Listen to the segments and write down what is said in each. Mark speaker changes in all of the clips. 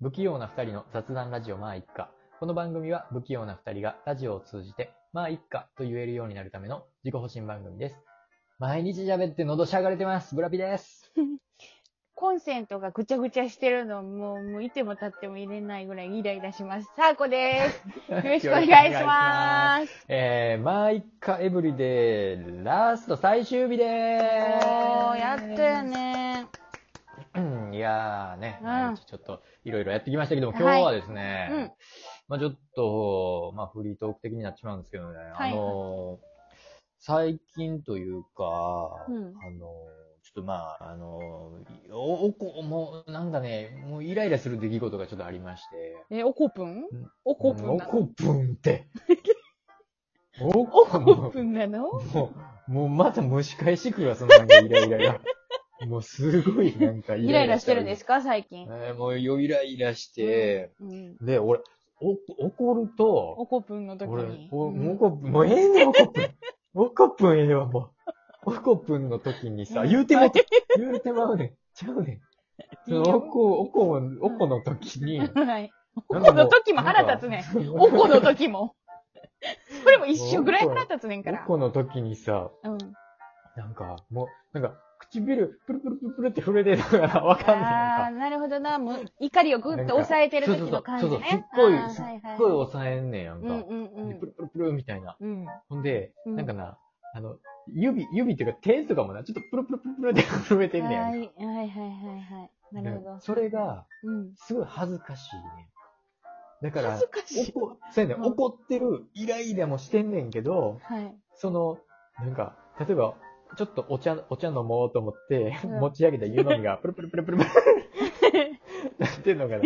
Speaker 1: 不器用な二人の雑談ラジオまあ一家。この番組は不器用な二人がラジオを通じてまあ一家と言えるようになるための自己保身番組です。毎日喋って喉しゃがれてます。ブラピです。
Speaker 2: コンセントがぐちゃぐちゃしてるの、もう、もういても立ってもいれないぐらいイライラします。サー コです。よろしくお願いし
Speaker 1: す。
Speaker 2: ます。
Speaker 1: えー、まあ一家エブリデイラスト最終日でーす。
Speaker 2: おー、やっとや。ね
Speaker 1: うんいやーね、
Speaker 2: うん
Speaker 1: 毎日ちょっといろいろやってきましたけども、今日はですね、
Speaker 2: うん
Speaker 1: まあちょっと、まあフリートーク的になってしまうんですけどね、
Speaker 2: はい
Speaker 1: あのー最近というか、
Speaker 2: うん
Speaker 1: あのーちょっとまあ、あのーおおこ、もう、なんかね、もうイライラする出来事がちょっとありまして。
Speaker 2: え、おこぷん
Speaker 1: ん
Speaker 2: おこぷん
Speaker 1: お
Speaker 2: な
Speaker 1: こ
Speaker 2: の
Speaker 1: ぷんっ て。お
Speaker 2: お
Speaker 1: こ
Speaker 2: こ
Speaker 1: ぷ
Speaker 2: ぷ
Speaker 1: ん。
Speaker 2: んなの
Speaker 1: もう、もうまた蒸し返してくるわ、そのなんかイライラが。もうすごいなんかイ
Speaker 2: イ
Speaker 1: ラ
Speaker 2: ラ
Speaker 1: イ
Speaker 2: イ
Speaker 1: ラ
Speaker 2: ラ
Speaker 1: し
Speaker 2: してて
Speaker 1: る
Speaker 2: るんですか最近。
Speaker 1: えーもうイライラして、
Speaker 2: うん。
Speaker 1: で、俺、お怒ると、
Speaker 2: おこぷんの時
Speaker 1: 俺、
Speaker 2: に。
Speaker 1: お
Speaker 2: うん
Speaker 1: もうこもうええねん、おこぷん。おこぷんええわ、もう。おこぷんの時にさ、
Speaker 2: うん
Speaker 1: 言うてもうて、言うてまうねん。ちゃうねん。そのおこ、おこ、おこの時 に、
Speaker 2: はい。
Speaker 1: お
Speaker 2: おこの時も腹立つねん。おこの 時も。それも一緒ぐらい腹立つねんから
Speaker 1: お。この時にさ、
Speaker 2: うん。
Speaker 1: なんか、もう、なんか、唇、プルプルプルプルって震えてるから、わかんないなんか
Speaker 2: ああー、。なるほどな。もう怒りをぐっと抑えてる時の感じ
Speaker 1: そうそうそう
Speaker 2: ね。
Speaker 1: そうそう
Speaker 2: あー
Speaker 1: すっごい、
Speaker 2: はい
Speaker 1: す
Speaker 2: は
Speaker 1: っごい抑えんねんやんか。
Speaker 2: うんうんう
Speaker 1: で
Speaker 2: ん
Speaker 1: プ。ルプルプルみたいな。
Speaker 2: うん。
Speaker 1: ほんで、
Speaker 2: うん
Speaker 1: なんかな、あの、指、指っていうか手とかもな、ちょっとプルプルプルプルって震えてんねんや
Speaker 2: は
Speaker 1: ん
Speaker 2: い
Speaker 1: か。
Speaker 2: はいはいはいはい。なるほ
Speaker 1: でそれが、
Speaker 2: ど。うん。
Speaker 1: すごい恥ずかしいねん。だから
Speaker 2: 恥ず、かしい。
Speaker 1: 怒そうやねん、
Speaker 2: うん
Speaker 1: 怒ってる、イライラもしてんねんけど、
Speaker 2: はい。
Speaker 1: その、なんか、例えば、ちょっとお茶、お茶飲もうと思って、
Speaker 2: うん
Speaker 1: 持ち上げた湯飲みが、プルプルプルプルプ ルなってんのかな。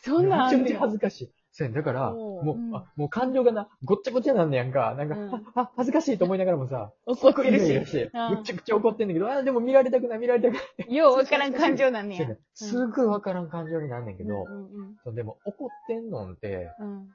Speaker 2: そんなん
Speaker 1: め
Speaker 2: あ
Speaker 1: ちゃ
Speaker 2: ん
Speaker 1: め
Speaker 2: ね
Speaker 1: ちゃ
Speaker 2: ん
Speaker 1: 恥ずかしい。そうやねだから、
Speaker 2: おう
Speaker 1: もう、
Speaker 2: うん
Speaker 1: あもう感情がな、ごっちゃごちゃなんねやんか。なんか、
Speaker 2: うん
Speaker 1: あ、あ、恥ずかしいと思いながらもさ、
Speaker 2: 怒って
Speaker 1: イラ
Speaker 2: る
Speaker 1: イラ
Speaker 2: し。
Speaker 1: して、
Speaker 2: うん
Speaker 1: むちゃくちゃ怒ってんだけど、あ、でも見られたくない、見られたくない。
Speaker 2: ようわからん感情なんね
Speaker 1: そう
Speaker 2: や
Speaker 1: やね。すぐわからん感情になんねんけど、
Speaker 2: うんうん
Speaker 1: そうでも怒ってんのんって、
Speaker 2: うん。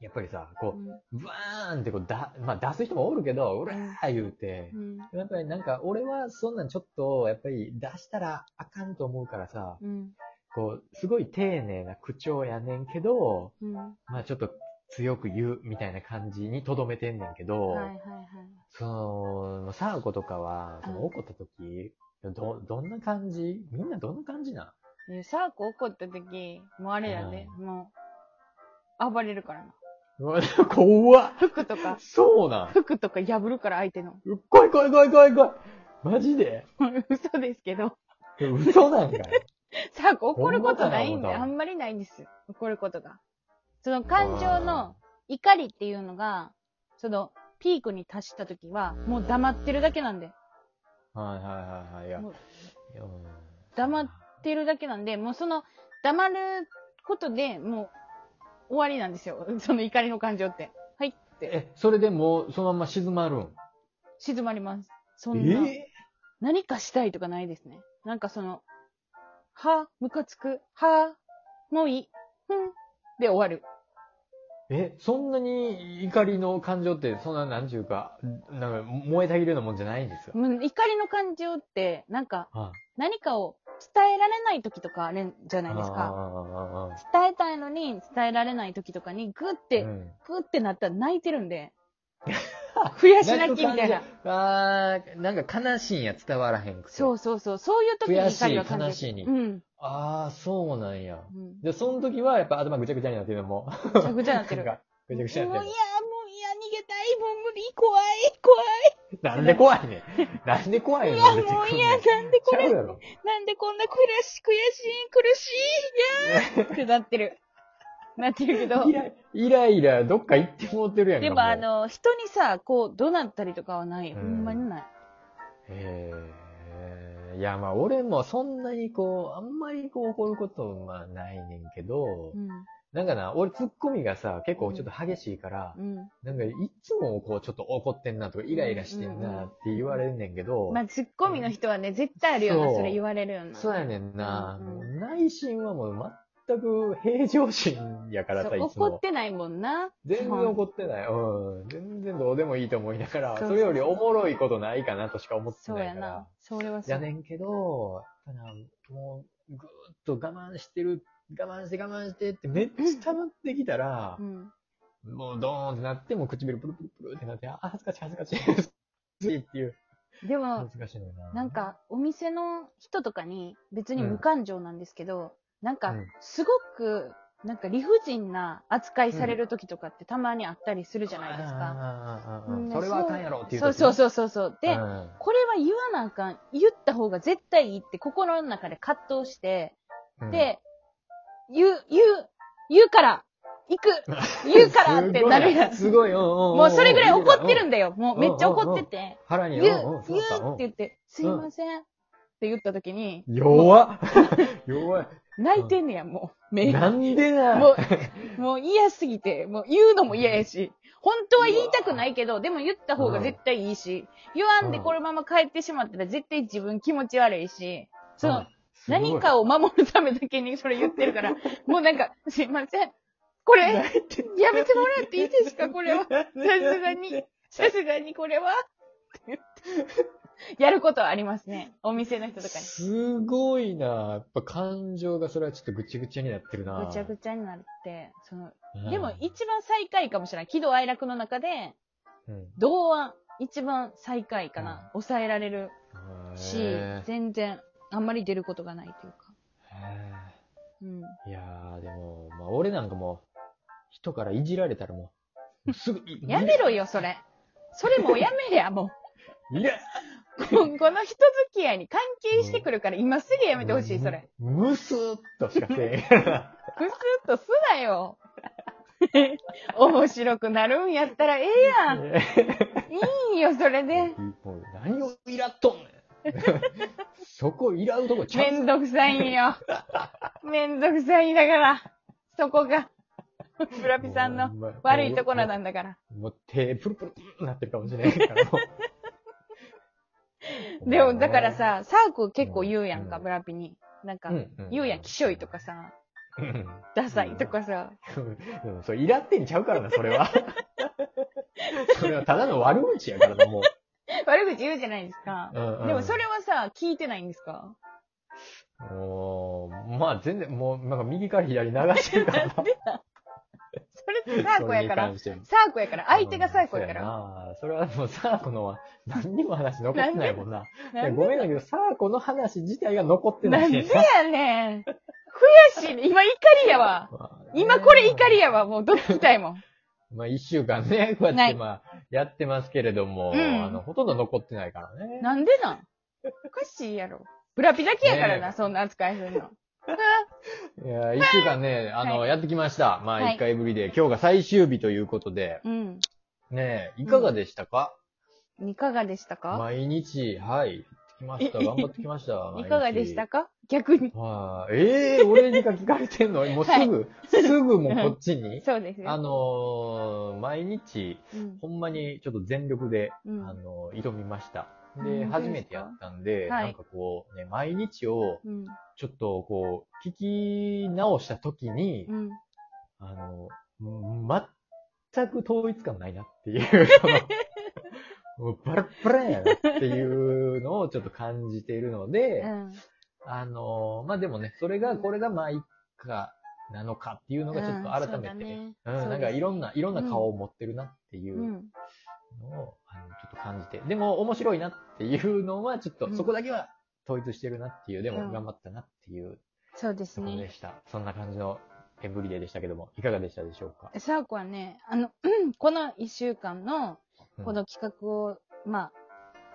Speaker 1: やっぱりさ、
Speaker 2: う
Speaker 1: こ
Speaker 2: ん
Speaker 1: う、ブワーンってこう、だ、まあ出す人もおるけど、うらー言うて、
Speaker 2: うん
Speaker 1: やっぱりなんか、俺はそんなんちょっと、やっぱり出したらあかんと思うからさ、
Speaker 2: うん
Speaker 1: こう、すごい丁寧な口調やねんけど、
Speaker 2: うん。
Speaker 1: まあちょっと強く言うみたいな感じにとどめてんねんけど、
Speaker 2: はいはいはい。
Speaker 1: その、サーコとかは、その
Speaker 2: うん
Speaker 1: 怒った時、ど、どんな感じみんなどんな感じなん
Speaker 2: えサーコ怒った時、もうあれやで、もう、暴れるからな。
Speaker 1: うわ怖っ
Speaker 2: 服とか、
Speaker 1: そうなん
Speaker 2: 服とか破るから相手の。
Speaker 1: うっ怖い怖い怖い怖い怖いマジで
Speaker 2: 嘘ですけど。
Speaker 1: 嘘なんかい
Speaker 2: さあ、怒ることない
Speaker 1: ほん
Speaker 2: ん
Speaker 1: ま
Speaker 2: で、
Speaker 1: かな
Speaker 2: あんまりないんです。怒ることが。その感情の怒りっていうのが、その、ピークに達した時は、もう黙ってるだけなんで。
Speaker 1: はいはいはいはい。いや、
Speaker 2: もう
Speaker 1: いやうん
Speaker 2: 黙黙ってるだけなんで、もうその、黙ることでもう、終わりなんですよ。その怒りの感情って。はいって、
Speaker 1: え、それでもう、そのまま静まるん
Speaker 2: 静まります。そんな、
Speaker 1: え
Speaker 2: 何かしたいとかないですね。なんかその、は、ムカつく、は、もういい、ふん、で終わる。
Speaker 1: え、そんなに怒りの感情って、そんな、なんちゅうか、なんか、燃えたぎるようなもんじゃないんですよ。
Speaker 2: もう怒りの感情って、なんか、
Speaker 1: はい
Speaker 2: 何かを伝えられない時とかあるんじゃないですか。
Speaker 1: あー
Speaker 2: 伝えたいのに伝えられない時とかにグッて、
Speaker 1: うん
Speaker 2: グッてなったら泣いてる んで。悔し泣きみたいな。
Speaker 1: あーなんか悲しいんや、伝わらへんくて。
Speaker 2: そうそうそう。そういう時に怒りは感じる。
Speaker 1: 悔しい悲しいに
Speaker 2: うん。
Speaker 1: ああ、そうなんや。
Speaker 2: うん。
Speaker 1: で、その時はやっぱ頭ぐちゃぐちゃになってるのも。
Speaker 2: ぐちゃぐちゃなってる。
Speaker 1: なんかぐちゃぐちゃに
Speaker 2: も
Speaker 1: な
Speaker 2: ういや、も
Speaker 1: っ
Speaker 2: う
Speaker 1: てる
Speaker 2: いや、逃げたい。もう無理。怖い。怖
Speaker 1: の。なんで怖いねん。なんで怖いの
Speaker 2: い。いや、もういや、
Speaker 1: ち
Speaker 2: なんでこ
Speaker 1: ゃうや
Speaker 2: れ、
Speaker 1: ろ。
Speaker 2: なんでこんな苦しい、悔しい、苦しい、いやーってなってる。なってるけど。
Speaker 1: イライライラ、どっか行ってもってるやんか。
Speaker 2: でも、
Speaker 1: う
Speaker 2: あ。の、人にさ、こう、怒鳴ったりとかはない。
Speaker 1: うん
Speaker 2: ほんまにない。
Speaker 1: へえ。いや、まあ、俺もそんなにこう、あんまりこう怒ることはないねんけど、
Speaker 2: うん。
Speaker 1: なんかな、俺ツッコミがさ、結構ちょっと激しいから、
Speaker 2: うん。
Speaker 1: なんか、いつもこう、ちょっと怒ってんなとか、イライラしてんなって言われんねんけど、
Speaker 2: まあ、ツッコミの人はね、絶対あるよう
Speaker 1: そ
Speaker 2: な、
Speaker 1: う
Speaker 2: それ言われるような。
Speaker 1: そうやねんな。
Speaker 2: うんうん
Speaker 1: もう内心はもう全く平常心やから
Speaker 2: そ
Speaker 1: さ、いうつ
Speaker 2: 怒っ
Speaker 1: も。
Speaker 2: てないもんな。
Speaker 1: 全然怒ってない。うん。全然どうでもいいと思いながら、
Speaker 2: そうそう
Speaker 1: それよりおもろいことないかなとしか思って
Speaker 2: そう
Speaker 1: ない
Speaker 2: や
Speaker 1: か
Speaker 2: な
Speaker 1: ら。。
Speaker 2: それはそ
Speaker 1: や
Speaker 2: う。
Speaker 1: ねんけど、ただもう、ぐーっと我慢してる、我慢して我慢してって、めっちゃ溜まってきたら
Speaker 2: う、ん。
Speaker 1: もうドーンってなって、もう唇プルプルプルってなって、あ、恥ずかしい恥ずかしい。恥ずかしいっていう。
Speaker 2: でも
Speaker 1: 恥、ずかしいのよな。
Speaker 2: なん、か、お店の人とかに、別に無感情なんですけど、なん
Speaker 1: う
Speaker 2: か
Speaker 1: ん、
Speaker 2: すごく、なんか理不尽な扱いされる時とかってたまにあったりするじゃないですか。
Speaker 1: か
Speaker 2: うん
Speaker 1: それはあかんやろっていう時
Speaker 2: そうそうそうそうそう。で、
Speaker 1: うん
Speaker 2: これは言わなあかん。言った方が絶対いいって心の中で葛藤して、
Speaker 1: うん
Speaker 2: で、言う、言う、言うから、行く、 言うからってなるやん。
Speaker 1: すごい、すごい、うん
Speaker 2: もうそれぐらい怒ってるん
Speaker 1: だ。
Speaker 2: だよ。もうめっちゃ怒ってて。
Speaker 1: 腹に、
Speaker 2: 言う、
Speaker 1: うん
Speaker 2: 言
Speaker 1: う
Speaker 2: うんって
Speaker 1: そうだうん
Speaker 2: 言って、すいませんって言った時に、
Speaker 1: 弱っ 弱い。
Speaker 2: 泣いてんねや、もう。目
Speaker 1: な
Speaker 2: が。
Speaker 1: んでな
Speaker 2: もう、もう嫌すぎて、もう言うのも嫌やし、本当は言いたくないけど、でも言った方が絶対いいし、言わんで
Speaker 1: うん
Speaker 2: このまま帰ってしまったら絶対自分気持ち悪いし、その、
Speaker 1: すごい
Speaker 2: 何かを守るためだけにそれ言ってる から、もうなんか、すいません。これ、や
Speaker 1: 泣いてる
Speaker 2: めてもらっていいですかこれは。
Speaker 1: さ
Speaker 2: すがに。さすがにこれはって言ってやることはありますね。お店の人とかに。
Speaker 1: すごいなやっぱ感情がそれはちょっとぐちゃぐちゃになってるな
Speaker 2: ぐちゃぐちゃになって、その、
Speaker 1: うん
Speaker 2: でも一番最下位かもしれない。喜怒哀楽の中で、
Speaker 1: うん
Speaker 2: 同案、一番最下位かな。抑えられるし
Speaker 1: へ、ー
Speaker 2: 全然、あんまり出ることがないというか。
Speaker 1: へ
Speaker 2: うん。
Speaker 1: ーいやー、でも、まあ俺なんかもう、人からいじられたらもう、すぐ、い
Speaker 2: やめろよ、それ。それもうやめりゃ、もう。
Speaker 1: いや
Speaker 2: こ の人付き合いに関係してくるから、今すぐやめてほしい、それ。。
Speaker 1: むむすーっとしかせえへん から。
Speaker 2: くすっとすなよ。面白くなるんやったらええやん。いいよ、それで。
Speaker 1: もう何をイラっとんね ん。そこイラうとこちゃ
Speaker 2: め
Speaker 1: うん
Speaker 2: どくさい んよ。めんどくさいんだから。そこが、ブラピさんの悪いところなんだから。
Speaker 1: もう手プルプルプルなってるかもしれないからもう。
Speaker 2: でも、だからさ、サーク結構言うやんか、
Speaker 1: うん
Speaker 2: ブラピに。なんか
Speaker 1: う、ん、
Speaker 2: 言うやん、きしょいとか
Speaker 1: さ。
Speaker 2: さ、
Speaker 1: うん
Speaker 2: ダサいとかさ。
Speaker 1: うん、それイラってんちゃうからな、それ は。それはただの悪口やからな、もう。
Speaker 2: 悪口言うじゃないですか。
Speaker 1: うんうん
Speaker 2: でも、それはさ、聞いてないんですか
Speaker 1: もう、まあ全然、もうなんか右から左流してるからな。
Speaker 2: それってサークやから
Speaker 1: それに。関しては
Speaker 2: サーコやから、相手がサーコやから。
Speaker 1: うんそうやなそれはもうサーコのは何にも話残ってないもんな。
Speaker 2: ない
Speaker 1: や
Speaker 2: ん
Speaker 1: ご
Speaker 2: で
Speaker 1: めんだけど、サーコの話自体が残ってな
Speaker 2: ないん
Speaker 1: ねん
Speaker 2: で
Speaker 1: な。
Speaker 2: やねん。悔しいね。今怒りやわ。
Speaker 1: まあね
Speaker 2: 今これ怒り。やわ。もうどっちたいもん。
Speaker 1: まあ一週間ね、こうや
Speaker 2: な
Speaker 1: っ
Speaker 2: い
Speaker 1: てまあやってますけれども、
Speaker 2: うん
Speaker 1: あの、ほとんど残 ってないからね。
Speaker 2: なんでなんおかしいやろ。ブラピだけやから
Speaker 1: ね
Speaker 2: な、そんな扱いす るの。
Speaker 1: いや、一週間ね、あの、
Speaker 2: は
Speaker 1: やってきました。ま
Speaker 2: は
Speaker 1: あ
Speaker 2: い
Speaker 1: 一回ぶりで、今日が最終日ということで、
Speaker 2: うん。
Speaker 1: ねえ、いかがでしたか、
Speaker 2: いかがでしたか
Speaker 1: 毎日、はい、やってきました。
Speaker 2: え
Speaker 1: 頑張ってきました。毎
Speaker 2: い
Speaker 1: 日
Speaker 2: かがでしたか逆に。
Speaker 1: はい、ええ俺にか聞かれてんのもうすぐ、すぐもうこっちに。
Speaker 2: そうです
Speaker 1: あ
Speaker 2: よ。
Speaker 1: のー毎日、
Speaker 2: うん
Speaker 1: ほんまにちょっと全力で、
Speaker 2: うん
Speaker 1: あのー挑みました。
Speaker 2: う
Speaker 1: で、
Speaker 2: ん
Speaker 1: 初めてやったんで、
Speaker 2: はい
Speaker 1: なんかこう、ね、毎日を、
Speaker 2: うん。
Speaker 1: ちょっとこう、聞き直した時に、
Speaker 2: うん。
Speaker 1: あのー全く統一感ないなっていう、 そのもうバラッバラやなっていうのをちょっと感じているので、
Speaker 2: うん。
Speaker 1: あのーまあ、でもね、それが、これがまあ、一家なのかっていうのがちょっと改めてね、
Speaker 2: う
Speaker 1: うんん、
Speaker 2: そうだねそうです
Speaker 1: な
Speaker 2: ね。
Speaker 1: んかいろんな、いろんな顔を持ってるなっていううんのを、あの、ちょっと感じて、でも面白いなっていうのは、ちょっ
Speaker 2: う
Speaker 1: と
Speaker 2: ん
Speaker 1: そこだけは統一してるなっていう、で
Speaker 2: う
Speaker 1: も
Speaker 2: ん
Speaker 1: 頑張ったなっていう
Speaker 2: そうです
Speaker 1: ところで
Speaker 2: ね。
Speaker 1: した。そんな感じのエブリデイでしたけども、いかがでしたでしょうか。
Speaker 2: サーコはね、あの、うんこの一週間の、
Speaker 1: うん
Speaker 2: この企画を、まあ、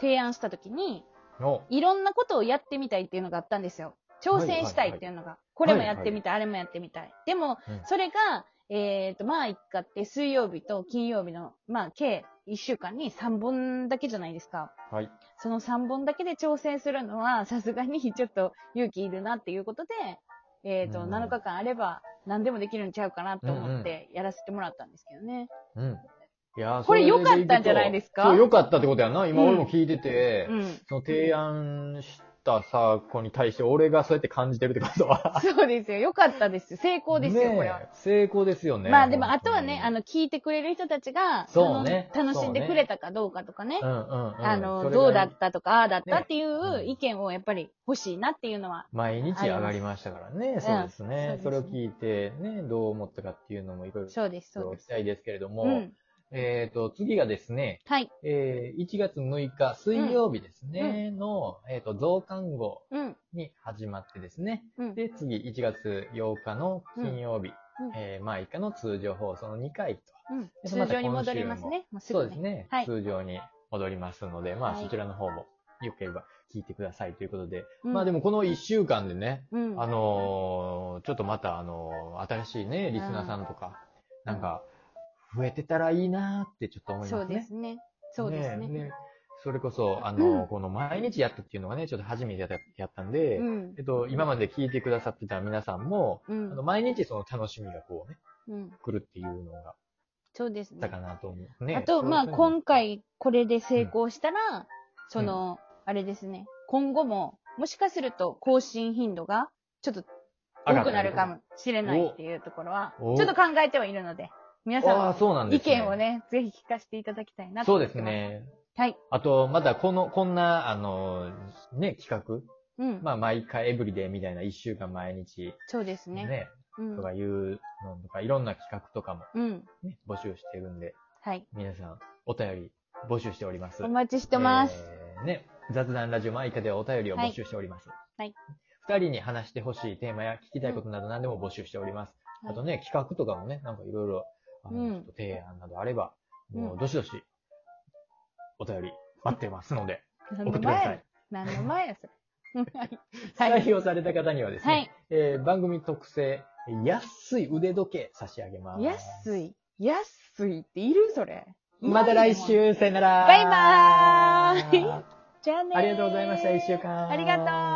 Speaker 2: 提案したときに、
Speaker 1: の、
Speaker 2: いろんなことをやってみたいっていうのがあったんですよ。挑戦したいっていうのが。これもやってみたい、あれもやってみたい。でも
Speaker 1: うん、
Speaker 2: それが、えっ、と、まあ、一家って水曜日と金曜日の、まあ、計1週間に3本だけじゃないですか。
Speaker 1: はい。
Speaker 2: その3本だけで挑戦するのは、さすがにちょっと勇気いるなっていうことで、えっ、と、
Speaker 1: うん
Speaker 2: 7日間あれば何でもできるんちゃうかなと思ってやらせてもらったんですけどね。
Speaker 1: うん。いやー
Speaker 2: これ
Speaker 1: そでいくと
Speaker 2: 良かったんじゃないですか
Speaker 1: そう、良かったってことやな。今
Speaker 2: うん
Speaker 1: 俺も聞いてて、
Speaker 2: うん。
Speaker 1: その提案したさ、子に対して俺がそうやって感じてるってことは。
Speaker 2: そうですよ。よかったです。成功ですよ、
Speaker 1: ねえ
Speaker 2: これは。
Speaker 1: 成功ですよね。
Speaker 2: まあでも、あとはね、あ
Speaker 1: の、
Speaker 2: の、聞いてくれる人たちが、
Speaker 1: そうね
Speaker 2: あの楽しんでくれたかどうかとかね、
Speaker 1: うんうんうん、
Speaker 2: あの、
Speaker 1: それが
Speaker 2: どうだったとか、ああだったっていう
Speaker 1: ね
Speaker 2: 意見をやっぱり欲しいなっていうのは、
Speaker 1: 毎日上がりましたからね。そうですね、
Speaker 2: うん
Speaker 1: それ
Speaker 2: そう
Speaker 1: を
Speaker 2: です
Speaker 1: 聞いて、ね、どう思ったかっていうのもいろいろ
Speaker 2: そうです、そう
Speaker 1: お聞
Speaker 2: で
Speaker 1: きし
Speaker 2: す。
Speaker 1: たいですけれども、
Speaker 2: うん。
Speaker 1: えっ、と、次がですね、
Speaker 2: はい。
Speaker 1: えー1月6日水曜日ですね、の、えっ、と、増刊号
Speaker 2: うん。
Speaker 1: に始まってですね、
Speaker 2: うん。
Speaker 1: で、次、1月8日の金曜日、
Speaker 2: うんうん
Speaker 1: えーまあ、以下の通常放送の2回と。
Speaker 2: うん
Speaker 1: で
Speaker 2: 通常に戻りますね。もうす
Speaker 1: そう
Speaker 2: ぐ
Speaker 1: です
Speaker 2: ね。
Speaker 1: ね、
Speaker 2: はい
Speaker 1: 通常に戻りますので、まあ、
Speaker 2: はい
Speaker 1: そちらの方も、よければ聞いてくださいということで、
Speaker 2: うん
Speaker 1: まあでもこの1週間でね、
Speaker 2: うん。
Speaker 1: あのーちょっとまた、あのー新しいね、リスナーさんとか、
Speaker 2: うん
Speaker 1: なんか、増えてたらいいなーってちょっと思いますね。
Speaker 2: そうですね。そうですね。
Speaker 1: えそれこそ、あのー
Speaker 2: うん
Speaker 1: この毎日やったっていうのがね、ちょっと初めてやったやったんで、
Speaker 2: うん
Speaker 1: えっと、今まで聞いてくださってた皆さんも、
Speaker 2: う
Speaker 1: あ
Speaker 2: ん
Speaker 1: の。毎日その楽しみがこうね、
Speaker 2: うん。
Speaker 1: 来るっていうのが
Speaker 2: そうです
Speaker 1: あった
Speaker 2: ね。
Speaker 1: かなと思うね。
Speaker 2: あと、
Speaker 1: そう
Speaker 2: まあ、
Speaker 1: そう
Speaker 2: 今回これで成功したら、その、あれですね、今後も、もしかすると更新頻度が、ちょっと多くなるか。もしれないっていうところは、ち
Speaker 1: お
Speaker 2: ょ
Speaker 1: お
Speaker 2: っと考えてはいるので、皆さん
Speaker 1: ああー、
Speaker 2: の
Speaker 1: そうなんで
Speaker 2: 意
Speaker 1: す、ね。
Speaker 2: 見をね、ぜひ聞かせていただきたいなと
Speaker 1: そう
Speaker 2: 思っ
Speaker 1: で
Speaker 2: て
Speaker 1: す
Speaker 2: ます。
Speaker 1: ね。
Speaker 2: はい。
Speaker 1: あと、また、この、こんな、あのー、ね、企画。
Speaker 2: うん。
Speaker 1: まあ、毎回エブリデイみたいな、一週間毎日、
Speaker 2: そうです
Speaker 1: ね、
Speaker 2: ね。うん
Speaker 1: と。かいうのとか、いろんな企画とかも
Speaker 2: うん。
Speaker 1: ね、募集してるんで、
Speaker 2: はい。
Speaker 1: 皆さん、お便り募集しております。
Speaker 2: お待ちしてます。
Speaker 1: えーね、雑談ラジオマイカではお便りを募集しております。
Speaker 2: はい
Speaker 1: 二、人に話してほしいテーマや聞きたいことなど何でも募集しております。
Speaker 2: はい
Speaker 1: あとね、企画とかもね、なんかいろいろ、あの、
Speaker 2: うん
Speaker 1: ちょっと提案などあれば、も
Speaker 2: う
Speaker 1: う、
Speaker 2: ん
Speaker 1: どしどし、お便り待ってますので、
Speaker 2: 何
Speaker 1: 送って
Speaker 2: の
Speaker 1: くださ
Speaker 2: 前
Speaker 1: い。
Speaker 2: 何の前やそれ。はい。
Speaker 1: 採用された方にはですね、
Speaker 2: はい
Speaker 1: えー番組特製、安い腕時計差し上げます。
Speaker 2: 安い。安いっているそれ。
Speaker 1: また来。週、さよなら。
Speaker 2: バイバーイ
Speaker 1: イ
Speaker 2: じゃあねー
Speaker 1: ありがとうございました、一週間。
Speaker 2: ありがとう